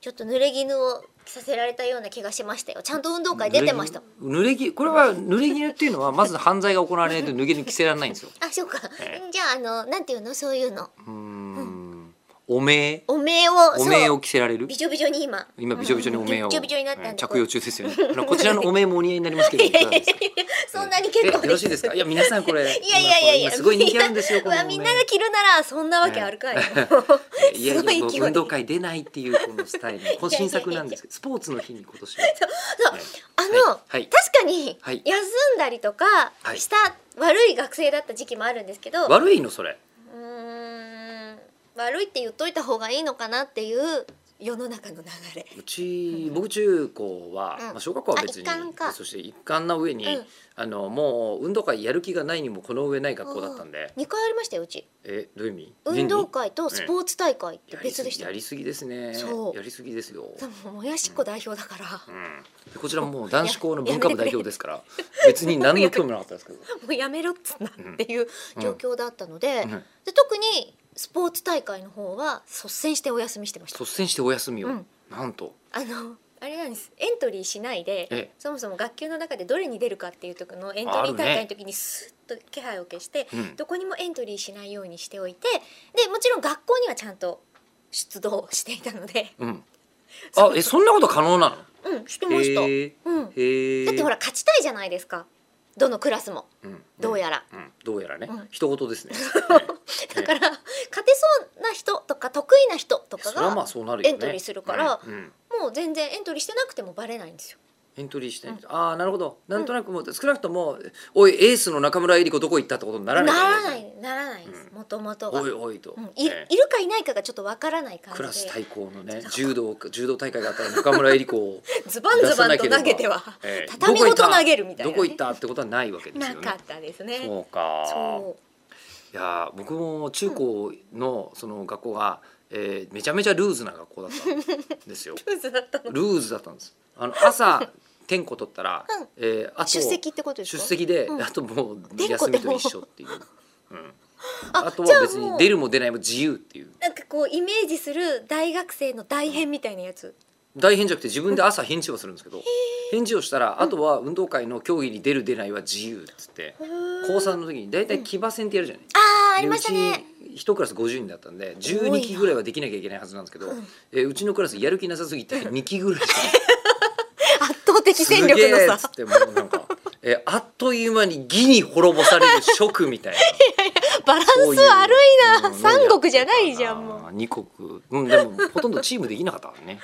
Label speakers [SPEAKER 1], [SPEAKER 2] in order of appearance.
[SPEAKER 1] ちょっと濡れ衣を着させられたような気がしましたよちゃんと運動会出てましたもん
[SPEAKER 2] 濡れ着これは濡れ衣っていうのはまず犯罪が行われないと濡れ衣着せられないんですよ
[SPEAKER 1] あそうか、
[SPEAKER 2] え
[SPEAKER 1] じゃああのなんていうのそういうの
[SPEAKER 2] うーんおめえ
[SPEAKER 1] おめえを
[SPEAKER 2] おめえ
[SPEAKER 1] そう
[SPEAKER 2] を着せられる
[SPEAKER 1] びちょびちょに今
[SPEAKER 2] 今びちょびちょにおめえを
[SPEAKER 1] びちょびちょになったんで
[SPEAKER 2] えー着用中ですよねあのこちらのおめえもお似合いになりますけどいかがですか
[SPEAKER 1] そんなに結構
[SPEAKER 2] えよろしいですかいや皆さんこれ
[SPEAKER 1] いやいやいやいや
[SPEAKER 2] 今すごい人気あるんですよ
[SPEAKER 1] うわみんなが着るならそんなわけある かい、
[SPEAKER 2] いやいや
[SPEAKER 1] すごい
[SPEAKER 2] もう
[SPEAKER 1] 勢い
[SPEAKER 2] 運動会出ないっていうこのスタイルこの新作なんですけどスポーツの日に今年は
[SPEAKER 1] そうあの、
[SPEAKER 2] はいはい
[SPEAKER 1] 確かに
[SPEAKER 2] はい
[SPEAKER 1] 休んだりとか
[SPEAKER 2] はい
[SPEAKER 1] した悪い学生だった時期もあるんですけど、
[SPEAKER 2] 悪いのそれ
[SPEAKER 1] うーん悪いって言っといた方がいいのかなっていう世の中の流れ
[SPEAKER 2] うち僕中高は、
[SPEAKER 1] うん
[SPEAKER 2] まあ、小学校は別
[SPEAKER 1] あ一
[SPEAKER 2] に
[SPEAKER 1] 貫か
[SPEAKER 2] そして一貫な上に、
[SPEAKER 1] うん
[SPEAKER 2] あのもう運動会やる気がないにもこの上ない学校だったんで
[SPEAKER 1] 2回ありましたようち
[SPEAKER 2] えどういう意味
[SPEAKER 1] 運動
[SPEAKER 2] 年
[SPEAKER 1] 会とスポーツ大会って
[SPEAKER 2] に
[SPEAKER 1] 別でした
[SPEAKER 2] や
[SPEAKER 1] よ
[SPEAKER 2] りすぎやりすぎです
[SPEAKER 1] そう
[SPEAKER 2] ねやりすぎですよ、
[SPEAKER 1] でももやしっこ代表だから、
[SPEAKER 2] うん、でこちらももう男子校の文化部代表ですから別に
[SPEAKER 1] や
[SPEAKER 2] 何
[SPEAKER 1] め
[SPEAKER 2] の
[SPEAKER 1] て
[SPEAKER 2] 興味もなかったですけ ど、
[SPEAKER 1] もうやめろっつんなっていう状況だったので,、
[SPEAKER 2] うん
[SPEAKER 1] で特にスポーツ大会の方は率先してお休みしてました
[SPEAKER 2] 率先してお休みを、
[SPEAKER 1] うん
[SPEAKER 2] なんと
[SPEAKER 1] あのあれなんですエントリーしないで、
[SPEAKER 2] ええ
[SPEAKER 1] そもそも学級の中でどれに出るかっていうとこのエントリー大会の時にスッと気配を消して、
[SPEAKER 2] うん
[SPEAKER 1] どこにもエントリーしないようにしておいてでもちろん学校にはちゃんと出動していたので、
[SPEAKER 2] うんあえそんなこと可能なの
[SPEAKER 1] うん、してました、
[SPEAKER 2] へえ
[SPEAKER 1] うん、
[SPEAKER 2] へえ
[SPEAKER 1] だってほら勝ちたいじゃないですかどのクラスも
[SPEAKER 2] うん
[SPEAKER 1] どうやら。
[SPEAKER 2] うん、どうやらね、
[SPEAKER 1] うん
[SPEAKER 2] 一言ですね
[SPEAKER 1] だから勝てそうな人とか得意な人とか
[SPEAKER 2] それはまあ
[SPEAKER 1] が
[SPEAKER 2] そうなるよね
[SPEAKER 1] エントリーするから
[SPEAKER 2] うんうん
[SPEAKER 1] もう全然エントリーしてなくてもバレないんですよ。
[SPEAKER 2] エントリーして、ああなるほどなんとなくもう少なくとも「おいエースの中村江里子どこ行った?」ってことにな
[SPEAKER 1] な
[SPEAKER 2] らない
[SPEAKER 1] らないならないです
[SPEAKER 2] う
[SPEAKER 1] もともとが。
[SPEAKER 2] おいおいと、
[SPEAKER 1] うんいい
[SPEAKER 2] ええ
[SPEAKER 1] るかいないかがちょっとわからない感
[SPEAKER 2] クラ
[SPEAKER 1] じ
[SPEAKER 2] ス
[SPEAKER 1] で
[SPEAKER 2] 対抗のね柔道柔道大会があったら中村江里子 を
[SPEAKER 1] ズバンズバンと投げては
[SPEAKER 2] 出さなければええ
[SPEAKER 1] 畳ごと投げるみたいなね
[SPEAKER 2] どこ行ったってことはないわけです
[SPEAKER 1] な
[SPEAKER 2] よ
[SPEAKER 1] か
[SPEAKER 2] ね
[SPEAKER 1] ったですね。
[SPEAKER 2] そうか
[SPEAKER 1] そ
[SPEAKER 2] いやー僕も中高のその学校が、えーめちゃめちゃルーズな学校だったん ですよ
[SPEAKER 1] うルーズだったの。
[SPEAKER 2] ルーズだったんですあの朝点呼取ったら、
[SPEAKER 1] うん
[SPEAKER 2] えーあと
[SPEAKER 1] 出席ってことですか。
[SPEAKER 2] 出席で、
[SPEAKER 1] うん
[SPEAKER 2] あともう
[SPEAKER 1] 点呼
[SPEAKER 2] 休みと一緒っていう、うん、あと
[SPEAKER 1] じゃ
[SPEAKER 2] は
[SPEAKER 1] あ
[SPEAKER 2] 別に
[SPEAKER 1] もう
[SPEAKER 2] 出るも出ないも自由っていう
[SPEAKER 1] なんかこうイメージする大学生の大変みたいなやつ。
[SPEAKER 2] 大変じゃなくて自分で朝返事をするんですけど返事をしたらあとは運動会の競技に出る出ないは自由っつって高3の時に大体騎馬戦ってやるじゃない、
[SPEAKER 1] あああ
[SPEAKER 2] で
[SPEAKER 1] りましたね。
[SPEAKER 2] うち一クラス50人だったんで
[SPEAKER 1] 多いな
[SPEAKER 2] 12期ぐらいはできなきゃいけないはずなんですけど、
[SPEAKER 1] うん
[SPEAKER 2] えーうちのクラスやる気なさすぎて2期ぐらいしか
[SPEAKER 1] 圧倒的
[SPEAKER 2] す
[SPEAKER 1] 戦
[SPEAKER 2] げ
[SPEAKER 1] 力
[SPEAKER 2] え
[SPEAKER 1] の
[SPEAKER 2] っつ
[SPEAKER 1] さ
[SPEAKER 2] ってもうなんか、えーあっという間に義に滅ぼされる職みたいな
[SPEAKER 1] バランス
[SPEAKER 2] そ
[SPEAKER 1] 悪
[SPEAKER 2] うう
[SPEAKER 1] いな。
[SPEAKER 2] うん
[SPEAKER 1] 三国じゃないじゃんもう。
[SPEAKER 2] 二国、うん、でもほとんどチームできなかったからね